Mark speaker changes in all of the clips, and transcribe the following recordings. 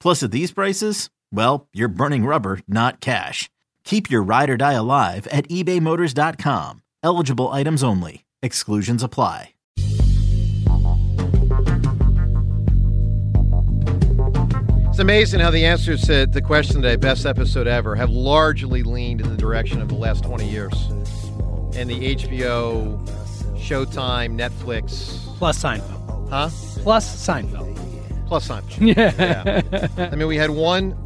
Speaker 1: Plus, at these prices, well, you're burning rubber, not cash. Keep your ride or die alive at ebaymotors.com. Eligible items only. Exclusions apply.
Speaker 2: It's amazing how the answers to the question today, best episode ever, have largely leaned in the direction of the last 20 years. And the HBO, Showtime, Netflix,
Speaker 3: Plus Seinfeld.
Speaker 2: huh?
Speaker 3: Plus Seinfeld.
Speaker 2: Plus Seinfeld.
Speaker 3: Yeah.
Speaker 2: I mean, we had one.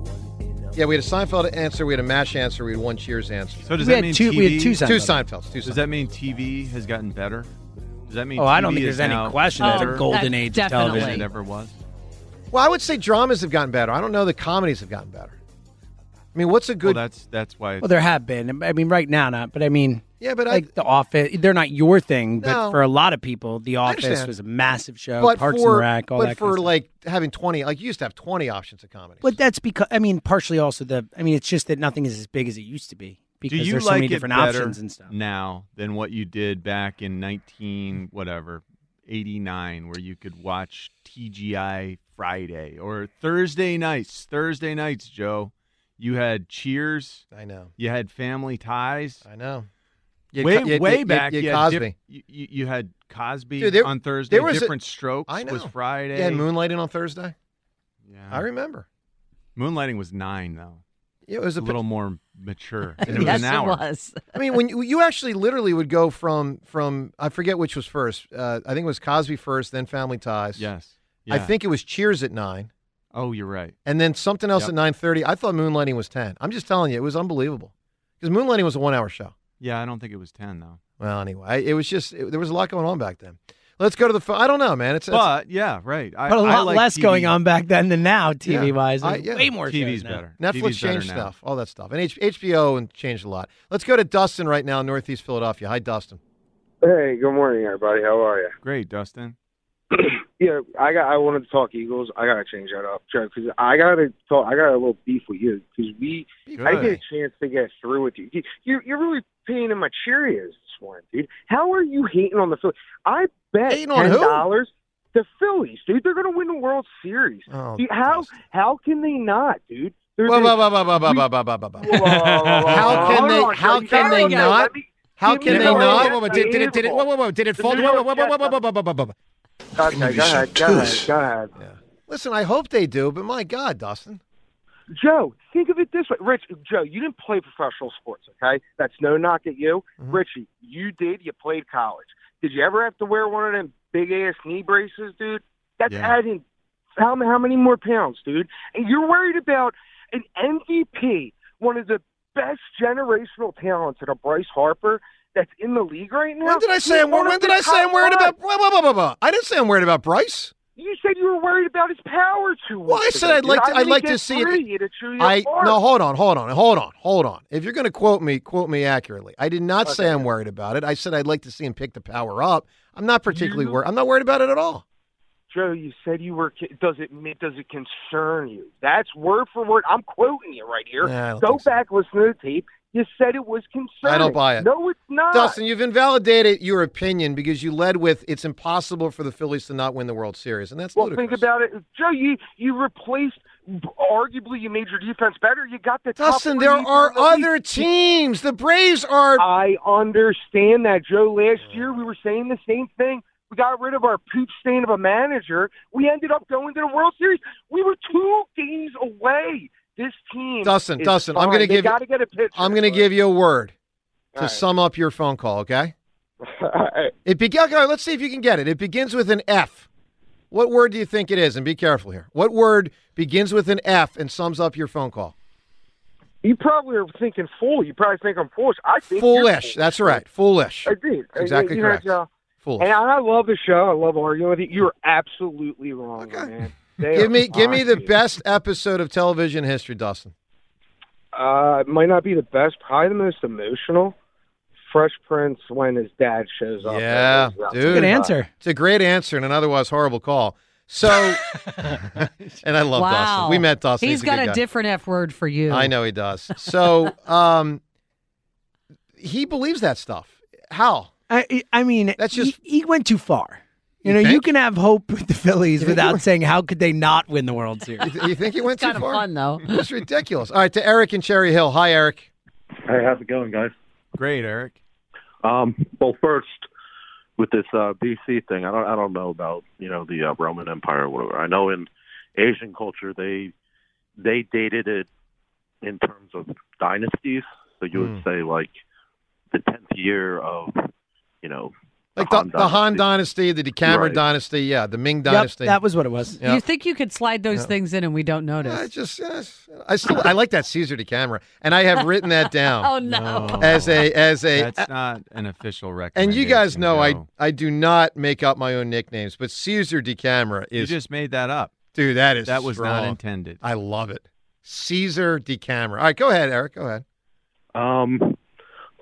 Speaker 2: Yeah, we had a Seinfeld answer, we had a MASH answer, we had one Cheers answer.
Speaker 4: So does
Speaker 3: We
Speaker 4: that
Speaker 3: had
Speaker 4: mean
Speaker 3: two-
Speaker 4: TV?
Speaker 3: we had two
Speaker 2: Two
Speaker 3: Seinfeld.
Speaker 2: Seinfelds. Two
Speaker 4: Does
Speaker 2: Seinfelds.
Speaker 4: that mean TV has gotten better? Does that mean?
Speaker 3: Oh, I don't
Speaker 4: TV
Speaker 3: think
Speaker 4: is
Speaker 3: there's any
Speaker 4: now
Speaker 3: question that
Speaker 4: better
Speaker 3: the golden
Speaker 5: Oh,
Speaker 3: age
Speaker 5: definitely.
Speaker 3: of
Speaker 4: than it
Speaker 3: television.
Speaker 4: ever was?
Speaker 2: Well, I would say dramas have gotten better. I don't know that comedies have gotten better. I mean, what's a
Speaker 4: Well,
Speaker 2: good.
Speaker 4: that's that's why. It's,
Speaker 3: Well, there have been. I mean, right now, not. But I mean,
Speaker 2: yeah, but I.
Speaker 3: like The Office, they're not your thing, but
Speaker 2: No.
Speaker 3: for a lot of people, The Office
Speaker 2: understand.
Speaker 3: was a massive show.
Speaker 2: but
Speaker 3: Parks
Speaker 2: for,
Speaker 3: and Rec, all
Speaker 2: but
Speaker 3: that.
Speaker 2: for
Speaker 3: kind of stuff.
Speaker 2: like having 20, like you used to have 20 options of comedy.
Speaker 3: But that's because I mean, partially also the. I mean, it's just that nothing is as big as it used to be
Speaker 4: do
Speaker 3: because
Speaker 4: you
Speaker 3: there's
Speaker 4: like
Speaker 3: so many
Speaker 4: it
Speaker 3: different
Speaker 4: better
Speaker 3: options and stuff.
Speaker 4: now than what you did back in nineteen whatever eighty nine, where you could watch TGI Friday or Thursday nights? Thursday nights, Joe, you had Cheers,
Speaker 2: I know.
Speaker 4: you had Family Ties.
Speaker 2: I know. You had
Speaker 4: way
Speaker 2: Co- you had-
Speaker 4: way
Speaker 2: you had-
Speaker 4: back,
Speaker 2: you had
Speaker 4: you had
Speaker 2: Cosby.
Speaker 4: dip- you, you, you had Cosby
Speaker 2: Dude, there-
Speaker 4: on Thursday.
Speaker 2: there was a-
Speaker 4: different strokes
Speaker 2: I
Speaker 4: was
Speaker 2: know.
Speaker 4: Friday.
Speaker 2: Yeah, and moonlighting on Thursday.
Speaker 4: Yeah.
Speaker 2: I remember.
Speaker 4: Moonlighting was nine though.
Speaker 2: It was
Speaker 4: It's
Speaker 2: a
Speaker 4: a little more mature. And it
Speaker 5: yes,
Speaker 4: was an hour.
Speaker 5: it was.
Speaker 2: I mean, when you, you actually literally would go from from I forget which was first. Uh, I think it was Cosby first, then Family Ties.
Speaker 4: Yes.
Speaker 2: I
Speaker 4: Yeah.
Speaker 2: think it was Cheers at nine,
Speaker 4: Oh, you're right.
Speaker 2: and then something else
Speaker 4: Yep.
Speaker 2: at nine thirty. I thought Moonlighting was ten. I'm just telling you, it was unbelievable because Moonlighting was a one hour show.
Speaker 4: Yeah, I don't think it was ten though.
Speaker 2: Well, anyway, I, it was just it, there was a lot going on back then. Let's go to the. pho- I don't know, man. It's, it's
Speaker 4: But yeah, right. I,
Speaker 3: But a
Speaker 4: I
Speaker 3: lot
Speaker 4: like
Speaker 3: less
Speaker 4: TV.
Speaker 3: going on back then than now, TV
Speaker 2: Yeah.
Speaker 3: wise.
Speaker 2: I-
Speaker 3: There's
Speaker 2: yeah.
Speaker 3: Way more
Speaker 4: TV's
Speaker 3: shows now.
Speaker 4: better.
Speaker 2: Netflix
Speaker 4: TV's better
Speaker 2: changed
Speaker 4: now.
Speaker 2: stuff, all that stuff, and H- HBO and changed a lot. Let's go to Dustin right now, in Northeast Philadelphia. Hi, Dustin.
Speaker 6: Hey, good morning, everybody. How are you?
Speaker 4: Great, Dustin.
Speaker 6: yeah, I got. I wanted to talk Eagles. I gotta change that up, Joe, because I gotta talk. I got a little beef with you because we. I didn't
Speaker 4: Good.
Speaker 6: get a chance to get through with you. You're you're really pain in my Cheerios this morning, dude. How are you hating on the Phillies? I bet
Speaker 2: Hating on
Speaker 6: ten
Speaker 2: who?
Speaker 6: dollars the Phillies, dude. They're gonna win the World Series.
Speaker 2: Oh,
Speaker 6: Dude, how
Speaker 2: Dustin.
Speaker 6: how can they not, dude? They're
Speaker 2: Whoa,
Speaker 6: the-
Speaker 2: whoa, whoa, whoa, whoa, whoa, whoa, whoa, whoa, whoa.
Speaker 6: Whoa, whoa, whoa, whoa, whoa.
Speaker 2: How can
Speaker 6: Hold
Speaker 2: they-
Speaker 6: on,
Speaker 2: how
Speaker 6: Joe, you
Speaker 2: can
Speaker 6: gotta
Speaker 2: they
Speaker 6: let me-
Speaker 2: not? How
Speaker 6: Give
Speaker 2: can
Speaker 6: me
Speaker 2: they
Speaker 6: the
Speaker 2: not?
Speaker 6: right
Speaker 2: Whoa, whoa, did, did it, did it, whoa, whoa, whoa, did it
Speaker 6: The
Speaker 2: fold?
Speaker 6: New
Speaker 2: Whoa, whoa,
Speaker 6: York
Speaker 2: whoa, whoa, whoa,
Speaker 6: Jets
Speaker 2: whoa, whoa, whoa, whoa, whoa, whoa.
Speaker 6: Okay, go ahead, go ahead, go ahead.
Speaker 2: Listen, I hope they do, but my God, Dustin.
Speaker 6: Joe, think of it this way. Rich, Joe, you didn't play professional sports, okay? That's no knock at you.
Speaker 2: Mhm.
Speaker 6: Richie, you did. You played college. Did you ever have to wear one of them big ass knee braces, dude? That's
Speaker 4: Yeah.
Speaker 6: adding how, how many more pounds, dude? And you're worried about an MVP, one of the best generational talents in a Bryce Harper that's in the league right now.
Speaker 2: When did I say
Speaker 6: He's
Speaker 2: I'm wor-
Speaker 6: one of
Speaker 2: when did
Speaker 6: the
Speaker 2: I say I'm
Speaker 6: top
Speaker 2: worried
Speaker 6: five.
Speaker 2: about whoa, whoa, whoa, whoa, whoa. I didn't say I'm worried about Bryce.
Speaker 6: You said you were worried about his power too.
Speaker 2: Well, I said I'd like to- I'd like to see it-
Speaker 6: it. To chew your
Speaker 2: I
Speaker 6: heart.
Speaker 2: no, hold on, hold on, hold on, hold on. If you're gonna quote me, quote me accurately. I did not say
Speaker 6: Okay.
Speaker 2: I'm worried about it. I said I'd like to see him pick the power up. I'm not particularly worried. I'm not worried about it at all.
Speaker 6: Joe, you said you were. Does it ma- does it concern you? That's word for word. I'm quoting you right here.
Speaker 2: Nah, I don't
Speaker 6: Go
Speaker 2: think so.
Speaker 6: back, listen to the tape. You said it was concerning.
Speaker 2: I don't buy it.
Speaker 6: No, it's not.
Speaker 2: Dustin, you've invalidated your opinion because you led with it's impossible for the Phillies to not win the World Series, and that's
Speaker 6: well,
Speaker 2: ludicrous.
Speaker 6: think about it, Joe. You you replaced arguably you made your defense better. You got the top
Speaker 2: Dustin,
Speaker 6: three
Speaker 2: there
Speaker 6: defense
Speaker 2: are
Speaker 6: in the league.
Speaker 2: other teams. The Braves are.
Speaker 6: I understand that, Joe. Last year we were saying the same thing. We got rid of our poop stain of a manager. We ended up going to the World Series. We were two days away. This team,
Speaker 2: Dustin,
Speaker 6: is
Speaker 2: Dustin, I'm
Speaker 6: fine.
Speaker 2: gonna
Speaker 6: They
Speaker 2: give you-
Speaker 6: gotta get a pitcher.
Speaker 2: I'm going to give you a word to
Speaker 6: All right.
Speaker 2: sum up your phone call. Okay.
Speaker 6: All right.
Speaker 2: It be- okay, Let's see if you can get it. It begins with an F. What word do you think it is? And be careful here. What word begins with an F and sums up your phone call?
Speaker 6: You probably are thinking fool. You probably think I'm foolish. I think you're
Speaker 2: Foolish. That's right. Foolish.
Speaker 6: I did.
Speaker 2: Exactly
Speaker 6: you know,
Speaker 2: correct.
Speaker 6: Joe,
Speaker 2: Foolish.
Speaker 6: And I love the show. I love arguing with you. You're absolutely wrong,
Speaker 2: Okay.
Speaker 6: man. They are
Speaker 2: Give me, give me the
Speaker 6: fine.
Speaker 2: best episode of television history, Dustin.
Speaker 6: Uh, it might not be the best, probably the most emotional. Fresh Prince when his dad shows up.
Speaker 2: Yeah, dude.
Speaker 3: Good answer.
Speaker 2: It's a great answer and an otherwise horrible call. So, and I love Dustin.
Speaker 5: wow.
Speaker 2: We met Dustin.
Speaker 5: He's
Speaker 2: a
Speaker 5: got
Speaker 2: good
Speaker 5: a
Speaker 2: guy.
Speaker 5: different F word for you.
Speaker 2: I know he does. So, um, he believes that stuff. How?
Speaker 3: I, I mean,
Speaker 2: That's
Speaker 3: that's
Speaker 2: just-
Speaker 3: just he, he went too far. You,
Speaker 2: You
Speaker 3: know, you
Speaker 2: think?
Speaker 3: can have hope with the Phillies
Speaker 2: think he
Speaker 3: without
Speaker 2: went-
Speaker 3: saying how could they not win the World Series.
Speaker 2: You, th- you think he went
Speaker 5: It's kind
Speaker 2: too
Speaker 5: of
Speaker 2: far?
Speaker 5: fun though.
Speaker 2: It's ridiculous. All right, to Eric and Cherry Hill. Hi, Eric.
Speaker 7: Hey, how's it going, guys?
Speaker 4: Great, Eric.
Speaker 7: Um, well, first with this uh, BC thing, I don't, I don't know about you know the uh, Roman Empire or whatever. I know in Asian culture they they dated it in terms of dynasties. So you would say like the tenth year of you know
Speaker 2: Like the,
Speaker 7: Han
Speaker 2: the Han
Speaker 7: Dynasty.
Speaker 2: Dynasty, the Decameron
Speaker 7: Right.
Speaker 2: Dynasty, yeah, the Ming
Speaker 3: yep,
Speaker 2: Dynasty.
Speaker 3: that was what it was.
Speaker 2: Yeah.
Speaker 5: You think you could slide those
Speaker 2: Yeah.
Speaker 5: things in and we don't notice?
Speaker 2: I just, uh, I still, I like that Caesar Decameron, and I have written that down
Speaker 5: oh no.
Speaker 2: as a, as a,
Speaker 4: That's not an official record.
Speaker 2: And you guys know I,
Speaker 4: Joe.
Speaker 2: I do not make up my own nicknames, but Caesar DeCamera
Speaker 4: you
Speaker 2: is
Speaker 4: just made that up.
Speaker 2: dude. That is
Speaker 4: That was not
Speaker 2: strong.
Speaker 4: intended.
Speaker 2: I love it. Caesar DeCamera. All right, go ahead, Eric. Go ahead.
Speaker 7: Um,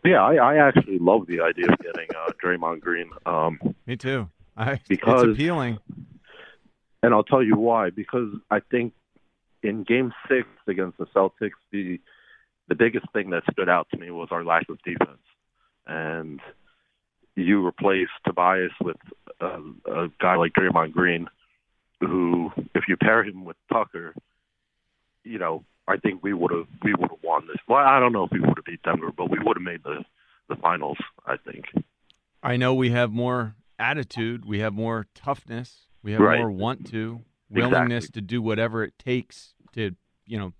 Speaker 7: yeah, I, I actually love the idea of getting uh, Draymond Green. Um,
Speaker 4: Me too. I,
Speaker 7: Because-
Speaker 4: it's appealing.
Speaker 7: And I'll tell you why. Because I think in Game Six against the Celtics, the the biggest thing that stood out to me was our lack of defense. And you replace Tobias with a, a guy like Draymond Green, who, if you pair him with Tucker, you know, I think we would have we would have won this. Well, I don't know if we would have beat Denver, but we would have made the the finals. I think.
Speaker 4: I know we have more attitude, we have more toughness, we have
Speaker 7: Right.
Speaker 4: more want to, willingness
Speaker 7: Exactly.
Speaker 4: to do whatever it takes to, you know,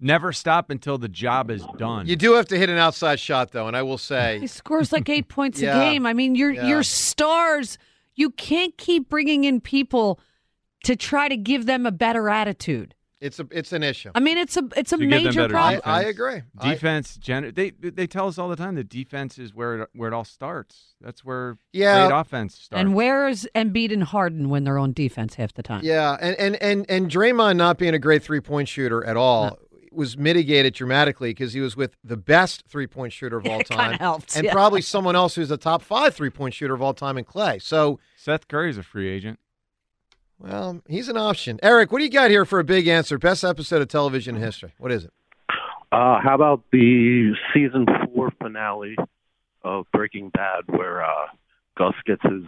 Speaker 4: never stop until the job is done.
Speaker 2: You do have to hit an outside shot though, and I
Speaker 5: He
Speaker 2: will say,
Speaker 5: scores like eight points
Speaker 2: Yeah.
Speaker 5: a game. I mean, your
Speaker 2: Yeah.
Speaker 5: your stars. You can't keep bringing in people to try to give them a better attitude.
Speaker 2: it's a, it's an issue.
Speaker 5: I mean, it's a it's a
Speaker 4: To give them
Speaker 5: major
Speaker 4: better
Speaker 5: problem.
Speaker 2: I,
Speaker 4: defense.
Speaker 2: I agree. I-
Speaker 4: defense gen- they they tell us all the time that defense is where it, where it all starts. That's where
Speaker 2: Yeah.
Speaker 4: great offense starts.
Speaker 5: And where is Embiid and Harden when they're on defense half the time?
Speaker 2: yeah, and and and and Draymond not being a great three point shooter at all. Was mitigated dramatically because he was with the best three point shooter of all
Speaker 5: It kinda
Speaker 2: time,
Speaker 5: helps,
Speaker 2: and
Speaker 5: yeah.
Speaker 2: probably someone else who's a top five three point shooter of all time in Clay. So
Speaker 4: Seth Curry's a free agent.
Speaker 2: Well, he's an option. Eric, what do you got here for a big answer? Best episode of television history. What is it?
Speaker 7: Uh, how about the season four finale of Breaking Bad, where uh, Gus gets his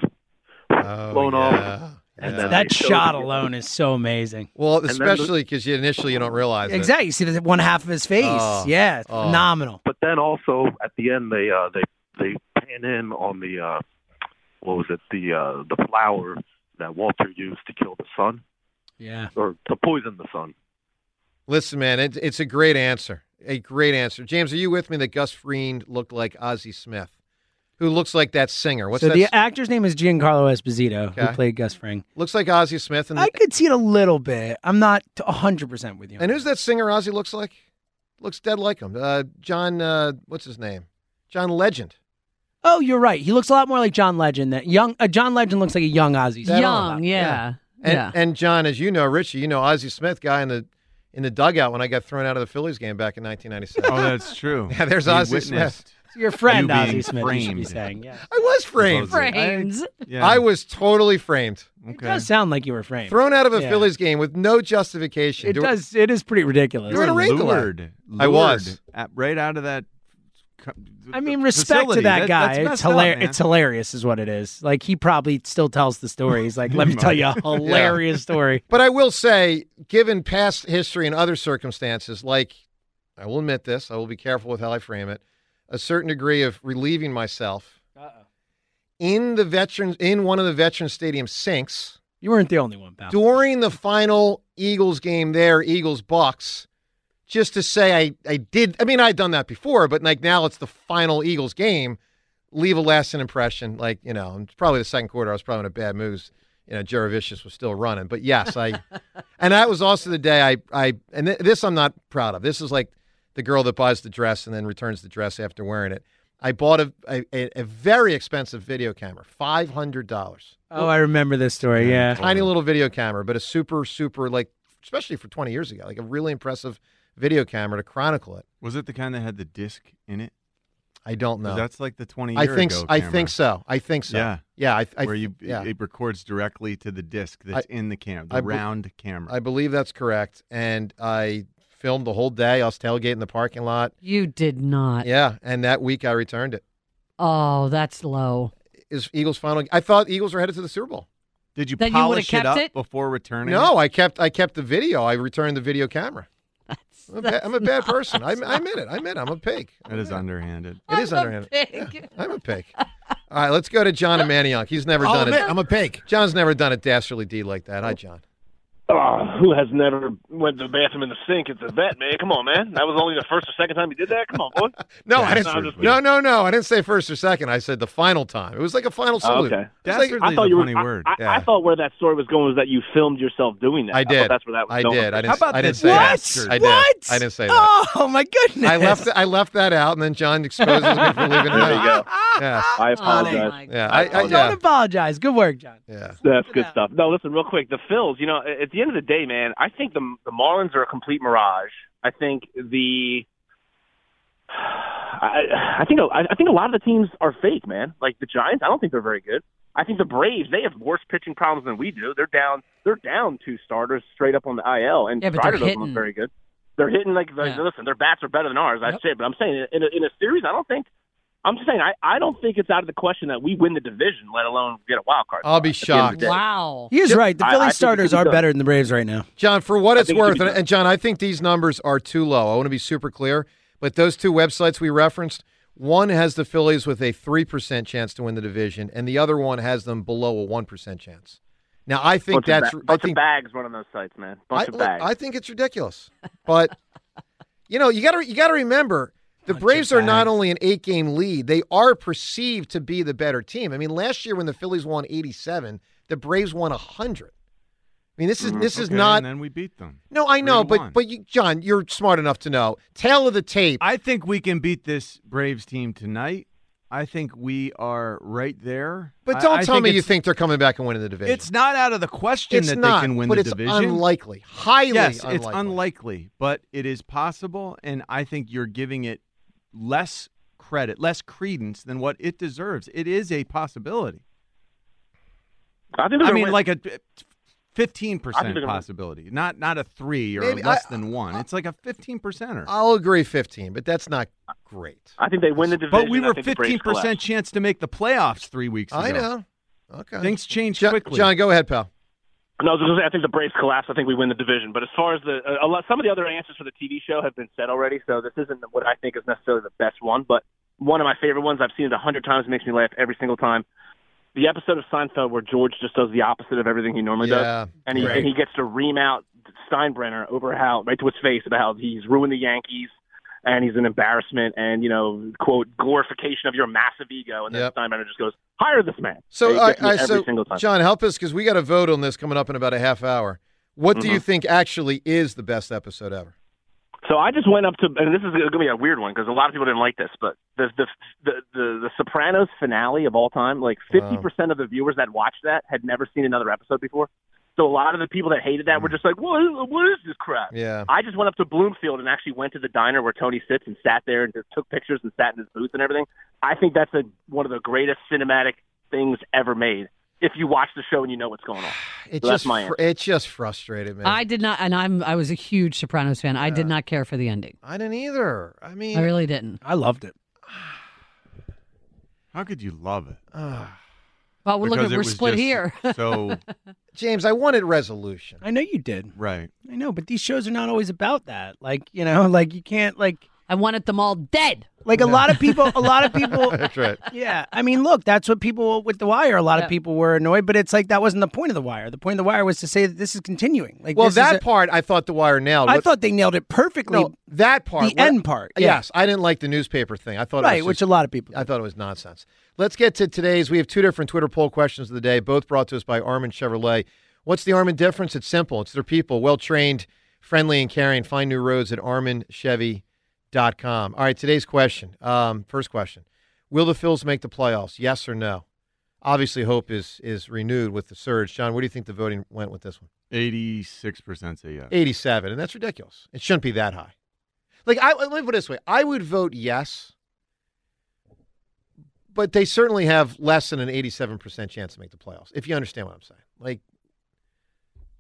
Speaker 7: blown off? And
Speaker 2: Oh, Yeah.
Speaker 7: then
Speaker 3: That
Speaker 7: they showed
Speaker 3: shot
Speaker 7: you-
Speaker 3: alone is so amazing.
Speaker 2: Well,
Speaker 7: then
Speaker 2: especially because you initially you don't realize it.
Speaker 3: Exactly. You see the one half of his face.
Speaker 2: Oh,
Speaker 3: yeah, it's
Speaker 2: oh.
Speaker 3: phenomenal.
Speaker 7: But then also at the end, they uh, they they pan in on the uh, what was it the uh, the flower that Walter used to kill the son
Speaker 3: Yeah.
Speaker 7: or to poison the son.
Speaker 2: Listen, man, it, it's a great answer. A great answer. James, are you with me that Gus Freend looked like Ozzy Smith, who looks like that singer? What's
Speaker 3: so
Speaker 2: that?
Speaker 3: the
Speaker 2: s-
Speaker 3: actor's name is Giancarlo Esposito, who
Speaker 2: Okay.
Speaker 3: played Gus Fring.
Speaker 2: looks like Ozzy Smith, and
Speaker 3: I could see it a little bit. I'm not 100 percent with you.
Speaker 2: and who's that singer Ozzy looks like? Looks dead like him. Uh, John, uh, what's his name? John Legend.
Speaker 3: Oh, you're right. He looks a lot more like John Legend. That young uh, John Legend looks like a young Ozzy.
Speaker 2: That
Speaker 5: Young,
Speaker 2: on.
Speaker 5: yeah,
Speaker 2: And,
Speaker 5: yeah.
Speaker 2: and John, as you know, Richie, you know Ozzie Smith guy in the in the dugout when I got thrown out of the Phillies game back in 1997.
Speaker 4: Oh, that's true.
Speaker 2: Yeah, there's
Speaker 4: He
Speaker 2: Ozzie
Speaker 4: witnessed-
Speaker 3: Your friend
Speaker 4: You being
Speaker 3: Ozzy Smith, you should be
Speaker 4: framed.
Speaker 3: saying. Yeah.
Speaker 2: I was framed.
Speaker 4: Supposedly.
Speaker 5: Frames.
Speaker 4: Yeah.
Speaker 2: I was totally framed,
Speaker 3: It
Speaker 4: okay.
Speaker 3: does sound like you were framed.
Speaker 2: thrown out of a
Speaker 3: Yeah.
Speaker 2: Phillies game with no justification.
Speaker 3: It
Speaker 2: Do-
Speaker 3: does. It is pretty ridiculous.
Speaker 2: You're in a
Speaker 4: were
Speaker 2: wrinkler.
Speaker 4: lured,
Speaker 2: I was.
Speaker 4: lured at- right out of that co-
Speaker 3: I
Speaker 4: the
Speaker 3: mean, respect
Speaker 4: facility.
Speaker 3: to that,
Speaker 4: That-
Speaker 3: guy.
Speaker 4: that's
Speaker 3: It's
Speaker 4: messed up,
Speaker 3: hilarious.
Speaker 4: man.
Speaker 3: it's hilarious, is what it is. Like he probably still tells the story. He's like, let me tell you a hilarious story.
Speaker 2: But I will say, given past history and other circumstances, like I will admit this, I will be careful with how I frame it, a certain degree of relieving myself in the veterans in one of the veteran stadium sinks
Speaker 3: You weren't the only one, pal.
Speaker 2: during the final Eagles game there, Eagles Bucks, just to say I, I did I mean I'd done that before, but like now it's the final Eagles game, leave a lasting impression. Like, you know, it's probably the second quarter, I was probably in a bad mood. You know, Jaravicious was still running. But yes, I and that was also the day I I and th- this I'm not proud of. This is like the girl that buys the dress and then returns the dress after wearing it. I bought a a, a- a very expensive video camera, five hundred dollars
Speaker 3: oh, I remember this story. Yeah.
Speaker 2: tiny little video camera, but a super, super like, especially for 20 years ago, like a really impressive video camera to chronicle it.
Speaker 4: Was it the kind that had the disc in it?
Speaker 2: I don't
Speaker 4: 'Cause
Speaker 2: know.
Speaker 4: That's like the twenty.
Speaker 2: I
Speaker 4: year
Speaker 2: think
Speaker 4: ago
Speaker 2: I
Speaker 4: camera,
Speaker 2: think so. I think so.
Speaker 4: Yeah.
Speaker 2: yeah. I, I,
Speaker 4: where you
Speaker 2: yeah.
Speaker 4: it records directly to the disc that's in the camera, the
Speaker 2: I bel-
Speaker 4: round camera.
Speaker 2: I believe that's correct. And I filmed the whole day. I was tailgating in the parking lot.
Speaker 5: You did not.
Speaker 2: Yeah, and that week I returned it.
Speaker 5: Oh, that's low.
Speaker 2: Is Eagles final? I thought Eagles were headed to the Super Bowl.
Speaker 4: Did you
Speaker 5: Then you would've
Speaker 4: polish
Speaker 5: kept
Speaker 4: it up
Speaker 5: it?
Speaker 4: before returning?
Speaker 2: No,
Speaker 4: it?
Speaker 2: I kept I kept the video. I returned the video camera.
Speaker 5: That's,
Speaker 2: I'm a bad, I'm a bad person. I, I admit it. I admit it. I'm a pig.
Speaker 4: that is underhanded.
Speaker 2: It is underhanded. I'm a pig. All right, let's go to John and Manioc. He's never done it.
Speaker 8: I'm a pig.
Speaker 2: John's never done a dastardly deed like that. Hi, John.
Speaker 9: Oh, who has never went to the bathroom in the sink at the vet, man? Come on, man. That was only the first or second time you did that. Come on, boy.
Speaker 2: No, I
Speaker 9: Dastardly.
Speaker 2: didn't. No, no, no. I didn't say first or second. I said the final time. It was like a final
Speaker 9: Oh,
Speaker 2: salute.
Speaker 9: okay.
Speaker 2: It was like-
Speaker 4: Dastardly
Speaker 9: I thought
Speaker 4: is
Speaker 9: you
Speaker 4: a
Speaker 9: were.
Speaker 4: funny
Speaker 9: I,
Speaker 4: word.
Speaker 9: I, I
Speaker 2: Yeah.
Speaker 9: thought where that story was going was that you filmed yourself doing that.
Speaker 2: I
Speaker 9: thought
Speaker 2: did.
Speaker 9: that's where that was
Speaker 2: I
Speaker 9: going.
Speaker 2: did. I didn't.
Speaker 4: How about
Speaker 2: I didn't
Speaker 4: the
Speaker 2: say
Speaker 4: What?
Speaker 2: that. I did.
Speaker 3: What?
Speaker 2: I didn't say that.
Speaker 3: Oh my goodness.
Speaker 2: I left. I left that out, and then John exposes me for leaving it
Speaker 9: There you
Speaker 2: out.
Speaker 9: go.
Speaker 2: Yeah,
Speaker 9: I
Speaker 5: Oh,
Speaker 9: apologize.
Speaker 5: my
Speaker 2: yeah. I,
Speaker 3: Ah,
Speaker 2: I,
Speaker 3: Don't
Speaker 2: yeah.
Speaker 3: apologize. Good work, John.
Speaker 2: yeah.
Speaker 9: That's good stuff. No, listen, real quick. The Phils, you know, a- at the end of the day, man, I think the the Marlins are a complete mirage. I think the, I, I think I, I think a lot of the teams are fake, man. Like the Giants, I don't think they're very good. I think the Braves, they have worse pitching problems than we do. They're down, they're down two starters straight up on the IL, and
Speaker 5: Yeah, but they're
Speaker 9: Strider doesn't
Speaker 5: hitting.
Speaker 9: look very good. They're hitting like, like
Speaker 5: Yeah.
Speaker 9: listen, their bats are better than ours. I
Speaker 5: Yep.
Speaker 9: say, but I'm saying in a, in a series, I don't think. I'm just saying, I, I don't think it's out of the question that we win the division, let alone get a wild card.
Speaker 2: I'll be
Speaker 9: spot at the end
Speaker 2: shocked.
Speaker 9: of the day.
Speaker 5: Wow.
Speaker 3: He is right. The
Speaker 9: I- I
Speaker 3: Philly
Speaker 9: think it
Speaker 3: starters
Speaker 9: could be
Speaker 3: are
Speaker 9: done.
Speaker 3: better than the Braves right now.
Speaker 2: John, for what it's
Speaker 9: think it
Speaker 2: worth,
Speaker 9: should be
Speaker 2: and, and John, I think these numbers are too low. I want to be super clear, but those two websites we referenced, one has the Phillies with a 3% chance to win the division, and the other one has them below a 1% chance. Now, I think
Speaker 9: bunch
Speaker 2: that's
Speaker 9: of ba-
Speaker 2: I
Speaker 9: bunch of
Speaker 2: think
Speaker 9: bags running those sites, man. Bunch
Speaker 2: I,
Speaker 9: of bags.
Speaker 2: I think it's ridiculous. But you know, you got to you got to remember the
Speaker 3: Bunch of
Speaker 2: Braves are not
Speaker 3: bags.
Speaker 2: only an 8-game lead, they are perceived to be the better team. I mean, last year when the Phillies won 87, the Braves won 100. I mean, this
Speaker 9: Mm-hmm,
Speaker 2: is this is
Speaker 4: Okay,
Speaker 2: not
Speaker 4: And then we beat them.
Speaker 2: no, I
Speaker 4: Three
Speaker 2: know,
Speaker 4: to
Speaker 2: but
Speaker 4: one.
Speaker 2: but you, John, you're smart enough to know. Tail of the tape.
Speaker 4: I think we can beat this Braves team tonight. I think we are right there.
Speaker 2: but
Speaker 4: I-
Speaker 2: don't
Speaker 4: I
Speaker 2: tell me you
Speaker 4: it's-
Speaker 2: think they're coming back and winning the division.
Speaker 4: it's not out of the question
Speaker 2: It's
Speaker 4: that
Speaker 2: not,
Speaker 4: they can win
Speaker 2: but
Speaker 4: the
Speaker 2: it's
Speaker 4: division.
Speaker 2: unlikely, highly
Speaker 4: yes,
Speaker 2: unlikely.
Speaker 4: it's unlikely, but it is possible, and I think you're giving it less credit, less credence than what it deserves. It is a possibility.
Speaker 9: I think they're
Speaker 4: I
Speaker 9: gonna
Speaker 4: mean,
Speaker 9: win.
Speaker 4: like a fifteen
Speaker 9: I think
Speaker 4: percent
Speaker 9: they're gonna-
Speaker 4: possibility, not not a three or
Speaker 2: Maybe-
Speaker 4: less
Speaker 2: I-
Speaker 4: than one. It's like a fifteen percenter.
Speaker 2: I'll agree, fifteen, but that's not great.
Speaker 9: I think they win the division.
Speaker 4: But we
Speaker 9: I
Speaker 4: were
Speaker 9: think the Braves
Speaker 4: fifteen percent
Speaker 9: collapse.
Speaker 4: chance to make the playoffs three weeks ago.
Speaker 2: I know. Okay.
Speaker 4: Things change
Speaker 2: Jo-
Speaker 4: quickly.
Speaker 2: John, go ahead, pal.
Speaker 9: No, I was gonna say, I think the Braves collapse. I think we win the division. But as far as the uh, a lot, some of the other answers for the TV show have been said already, so this isn't what I think is necessarily the best one. But one of my favorite ones, I've seen it a hundred times, it makes me laugh every single time. The episode of Seinfeld where George just does the opposite of everything he normally does.
Speaker 2: Yeah.
Speaker 9: and he
Speaker 2: Right.
Speaker 9: and he gets to ream out Steinbrenner over how right to his face about how he's ruined the Yankees and he's an embarrassment and you know quote glorification of your massive ego and then
Speaker 2: Yep.
Speaker 9: Steinbrenner just goes hire this man.
Speaker 2: So,
Speaker 9: And he
Speaker 2: all
Speaker 9: gets
Speaker 2: right, all
Speaker 9: me
Speaker 2: right,
Speaker 9: every
Speaker 2: so,
Speaker 9: single time.
Speaker 2: John, help us because we got a vote on this coming up in about a half hour. What do you think actually is the best episode ever?
Speaker 9: So I just went up to, and this is going to be a weird one because a lot of people didn't like this, but the the the the, the Sopranos finale of all time, like
Speaker 2: Wow.
Speaker 9: fifty percent of the viewers that watched that had never seen another episode before. So a lot of the people that hated that were just like, what is, what is this crap?
Speaker 2: Yeah.
Speaker 9: I just went up to Bloomfield and actually went to the diner where Tony sits and sat there and just took pictures and sat in his booth and everything. I think that's a, one of the greatest cinematic things ever made. If you watch the show and you know what's going on,
Speaker 2: It
Speaker 9: That's
Speaker 2: just
Speaker 9: my
Speaker 2: fr- it just frustrated me.
Speaker 5: I did not, and I'm I was a huge Sopranos fan. I did
Speaker 2: Yeah.
Speaker 5: not care for the ending.
Speaker 2: I didn't either. I mean,
Speaker 5: I really didn't.
Speaker 3: I loved it.
Speaker 4: How could you love it?
Speaker 5: Well, we're
Speaker 4: Because
Speaker 5: looking.
Speaker 4: it
Speaker 5: We're
Speaker 4: was
Speaker 5: split
Speaker 4: just
Speaker 5: here.
Speaker 4: so
Speaker 2: James, I wanted resolution.
Speaker 3: I know you did.
Speaker 4: right.
Speaker 3: I know, but these shows are not always about that. Like, you know, like you can't like
Speaker 5: I wanted them all dead.
Speaker 3: like a lot of people a lot of people
Speaker 2: That's right.
Speaker 3: Yeah, I mean, look, that's what people with the wire. A lot
Speaker 5: Yeah.
Speaker 3: of people were annoyed, but it's like that wasn't the point of the wire. The point of the wire was to say that this is continuing. Like,
Speaker 2: Well,
Speaker 3: this is
Speaker 2: that
Speaker 3: a-
Speaker 2: part I thought the wire nailed.
Speaker 3: I
Speaker 2: What-
Speaker 3: thought they nailed it perfectly.
Speaker 2: no, that part.
Speaker 3: the end part, yeah.
Speaker 2: Yes, I didn't like the newspaper thing. I thought
Speaker 3: right,
Speaker 2: it was
Speaker 3: which
Speaker 2: just-
Speaker 3: a lot of people.
Speaker 2: I thought it was nonsense. Let's get to today's. We have two different Twitter poll questions of the day, both brought to us by Armin Chevrolet. What's the Armin difference? It's simple. It's their people, well trained, friendly, and caring. Find new roads at ArminChevy.com. All right, today's question. Um, first question: Will the Phils make the playoffs? Yes or no? Obviously, hope is is renewed with the surge. John, what do you think the voting went with this one?
Speaker 4: 86% say yes.
Speaker 2: 87, and that's ridiculous. It shouldn't be that high. Like, I let me put it this way: I would vote yes, but they certainly have less than an 87 percent chance to make the playoffs. If you understand what I'm saying, like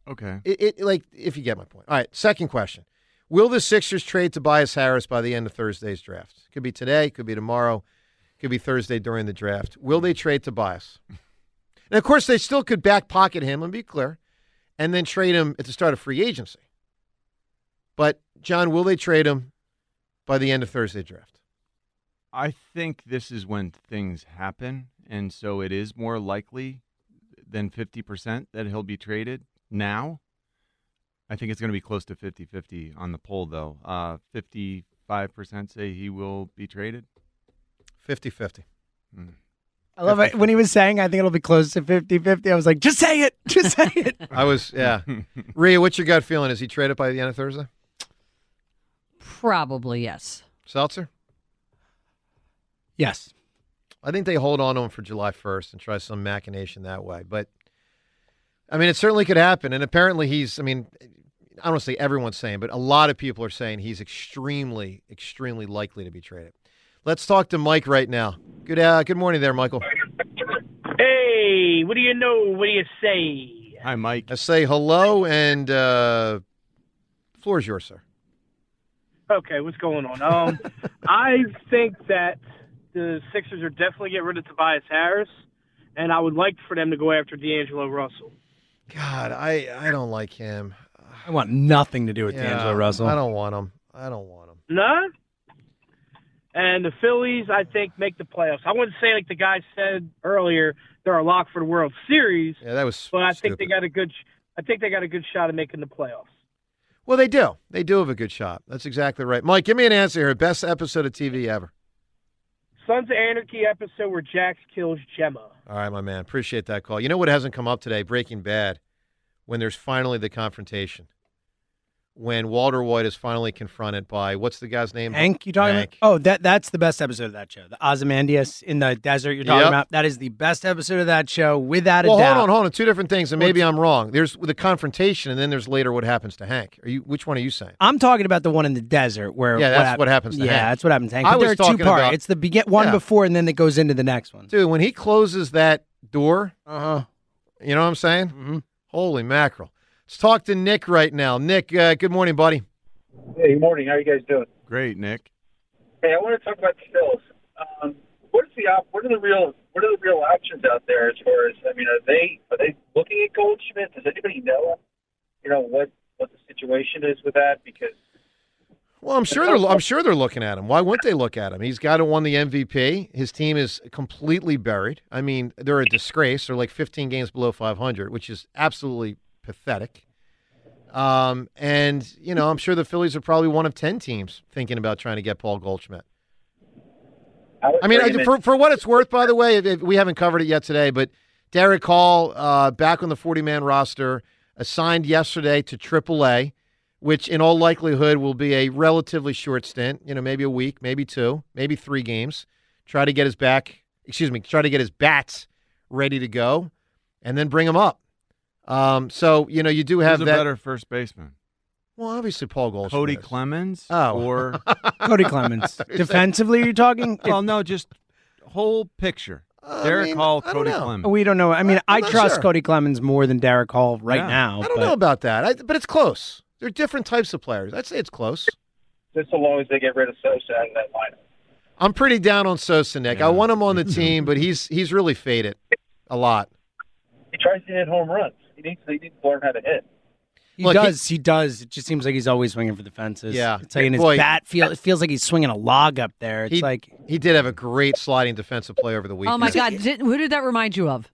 Speaker 4: Okay.
Speaker 2: it, it, like if you get my point. All right, second question: Will the Sixers trade Tobias Harris by the end of Thursday's draft? Could be today, could be tomorrow, could be Thursday during the draft. Will they trade Tobias? And of course, they still could back pocket him. Let me be clear, and then trade him at the start of free agency. But John, will they trade him by the end of Thursday draft?
Speaker 4: I think this is when things happen, and so it is more likely than 50% that he'll be traded now. I think it's going to be close to 50 50 on the poll, though. Uh, 55% say he will be traded.
Speaker 2: 50-50.
Speaker 3: I love it when he was saying, "I think it'll be close to 50-50. I was like, "Just say it, just say it."
Speaker 2: I was yeah. Rhea, what's your gut feeling? Is he traded by the end of Thursday?
Speaker 5: Probably yes.
Speaker 2: Seltzer?
Speaker 3: yes,
Speaker 2: I think they hold on to him for July 1st and try some machination that way. But I mean, it certainly could happen. And apparently, he's, I mean, I don't want to say everyone's saying, but a lot of people are saying he's extremely, extremely likely to be traded. Let's talk to Mike right now. Good, uh, good morning there, Michael.
Speaker 8: Hey, what do you know? What do you say?
Speaker 4: Hi, Mike.
Speaker 2: Let's Uh, say hello and uh, floor is yours, sir.
Speaker 8: Okay, what's going on? Um, I think that the Sixers are definitely get rid of Tobias Harris, and I would like for them to go after D'Angelo Russell.
Speaker 2: God, I, I don't like him.
Speaker 3: I want nothing to do with
Speaker 2: Yeah,
Speaker 3: D'Angelo Russell.
Speaker 2: I don't want him. I don't want him.
Speaker 8: Nah. And the Phillies, I think, make the playoffs. I wouldn't say like the guy said earlier, they're a lock for the World Series,
Speaker 2: Yeah, that was.
Speaker 8: but I
Speaker 2: stupid.
Speaker 8: think they got a good. I think they got a good shot at making the playoffs.
Speaker 2: Well, they do. They do have a good shot. That's exactly right. Mike, give me an answer here. Best episode of TV ever.
Speaker 8: Sons of Anarchy episode where Jax kills Gemma.
Speaker 2: All right, my man. Appreciate that call. You know what hasn't come up today? Breaking Bad, when there's finally the confrontation. When Walter White is finally confronted by what's the guy's name?
Speaker 3: Hank, you talking
Speaker 2: Hank.
Speaker 3: about? Oh, that that's the best episode of that show. The Ozymandias in the desert. You're talking
Speaker 2: Yep.
Speaker 3: about that is the best episode of that show without a
Speaker 2: Well,
Speaker 3: doubt.
Speaker 2: hold on, hold on. Two different things, and maybe I'm wrong. There's the confrontation, and then there's later what happens to Hank. Are you? Which one are you saying?
Speaker 3: I'm talking about the one in the desert where
Speaker 2: Yeah, that's
Speaker 3: hap-
Speaker 2: what happens to
Speaker 3: yeah,
Speaker 2: Hank.
Speaker 3: that's what happens. To Hank.
Speaker 2: I
Speaker 3: But there
Speaker 2: was
Speaker 3: are
Speaker 2: talking
Speaker 3: two part.
Speaker 2: about-
Speaker 3: it's the begin one
Speaker 2: Yeah.
Speaker 3: before and then that goes into the next one.
Speaker 2: Dude, when he closes that door,
Speaker 3: Uh huh.
Speaker 2: you know what I'm saying?
Speaker 3: Mhm.
Speaker 2: Holy mackerel! Let's talk to Nick right now. Nick, uh, good morning, buddy.
Speaker 10: Hey, good morning. How you guys doing?
Speaker 4: Great, Nick.
Speaker 10: Hey, I want to talk about the Phils. Um, what is the op- what are the real what are the real options out there as far as I mean, are they are they looking at Goldschmidt? Does anybody know you know what what the situation is with that? Because
Speaker 2: Well, I'm sure they're I'm sure they're looking at him. Why wouldn't they look at him? He's got to won the MVP. His team is completely buried. I mean, they're a disgrace. They're like 15 games below 500, which is absolutely pathetic. Um, and you know, I'm sure the Phillies are probably one of 10 teams thinking about trying to get Paul Goldschmidt.
Speaker 10: would
Speaker 2: I mean,
Speaker 10: bring him
Speaker 2: I-
Speaker 10: in-
Speaker 2: for, for what it's worth, by the way, if, if we haven't covered it yet today, but Derek Hall uh, back on the 40 man roster, assigned yesterday to AAA, which in all likelihood will be a relatively short stint, you know, maybe a week, maybe two, maybe three games. Try to get his back, excuse me, try to get his bats ready to go and then bring him up. Um, so, you know, you do have
Speaker 4: Who's a
Speaker 2: that.
Speaker 4: better first baseman?
Speaker 2: well, obviously, Paul Goldschmidt.
Speaker 4: Cody
Speaker 2: is.
Speaker 4: Clemens?
Speaker 2: Oh.
Speaker 4: Or,
Speaker 3: Cody Clemens. Defensively, you're talking.
Speaker 4: well, no, just whole picture.
Speaker 2: I
Speaker 4: Derek
Speaker 2: mean,
Speaker 4: Hall,
Speaker 2: I don't
Speaker 4: Cody
Speaker 2: know.
Speaker 4: Clemens.
Speaker 3: we don't know. I mean,
Speaker 2: I'm
Speaker 3: I
Speaker 2: not
Speaker 3: trust
Speaker 2: sure.
Speaker 3: Cody Clemens more than Derek Hall right
Speaker 4: Yeah.
Speaker 3: now.
Speaker 2: I don't
Speaker 3: but-
Speaker 2: know about that, I, but it's close. They're different types of players. I'd say it's close.
Speaker 10: just so long as they get rid of Sosa out of that lineup.
Speaker 2: I'm pretty down on Sosa, Nick. I want him on the team, but he's he's really faded a lot.
Speaker 10: He tries to hit home runs. He needs, he needs to learn how to hit.
Speaker 3: He
Speaker 2: Look, he-
Speaker 3: does. He, does. It just seems like he's always swinging for the fences.
Speaker 2: Yeah.
Speaker 3: It's like in his
Speaker 2: Boy.
Speaker 3: bat feel. It feels like he's swinging a log up there. It's
Speaker 2: He-
Speaker 3: like
Speaker 2: He did have a great sliding defensive play over the weekend.
Speaker 5: Oh my God! Did, who did that remind you of?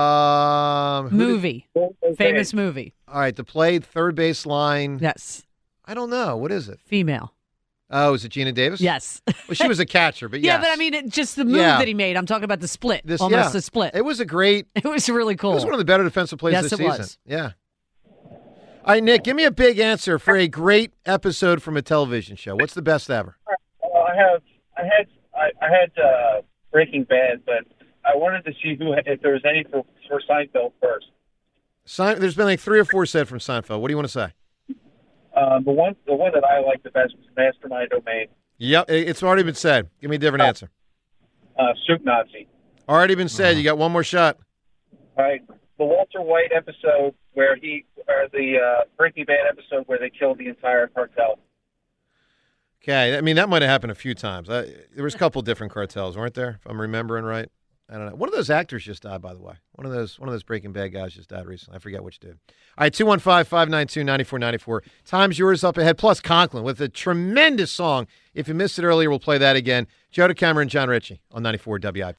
Speaker 2: Um, who did-
Speaker 5: Movie, famous movie.
Speaker 2: all right, the play third base line.
Speaker 5: Yes,
Speaker 2: I don't know what is it.
Speaker 5: female.
Speaker 2: Oh, is it Gina Davis?
Speaker 5: Yes.
Speaker 2: Well, she was a catcher, but
Speaker 5: Yeah,
Speaker 2: yes.
Speaker 5: but I mean, it, just the move
Speaker 2: Yeah.
Speaker 5: that he made. I'm talking about the split,
Speaker 2: This-
Speaker 5: almost
Speaker 2: yeah.
Speaker 5: a split.
Speaker 2: it was a great.
Speaker 5: It was really cool.
Speaker 2: It was one of the better defensive plays
Speaker 5: Yes,
Speaker 2: this
Speaker 5: it
Speaker 2: season.
Speaker 5: was.
Speaker 2: Yeah. All right, Nick, give me a big answer for a great episode from a television show. What's the best ever?
Speaker 10: Well, Uh, I have, I had, I, I had uh, Breaking Bad, but I wanted to see who, if there was any for, for Seinfeld first.
Speaker 2: Sein- There's been like three or four said from Seinfeld. What do you want to say?
Speaker 10: Um, the one, the one that I liked the best was Mastermind Domain,
Speaker 2: Yep, it- it's already been said. Give me a different answer.
Speaker 10: uh, Soup Nazi.
Speaker 2: Already been said. You got one more shot.
Speaker 10: Right, the Walter White episode where he, or the uh, Breaking Bad episode where they killed the entire cartel.
Speaker 2: Okay, I mean that might have happened a few times. I, there was a couple different cartels, weren't there? If I'm remembering right, I don't know. One of those actors just died, by the way. One of those one of those Breaking Bad guys just died recently. I forget which dude. All right, 215-592-9494. Time's yours up ahead. Plus Conklin with a tremendous song. If you missed it earlier, we'll play that again. Joe DeCamera and John Ritchie on 94 WIP.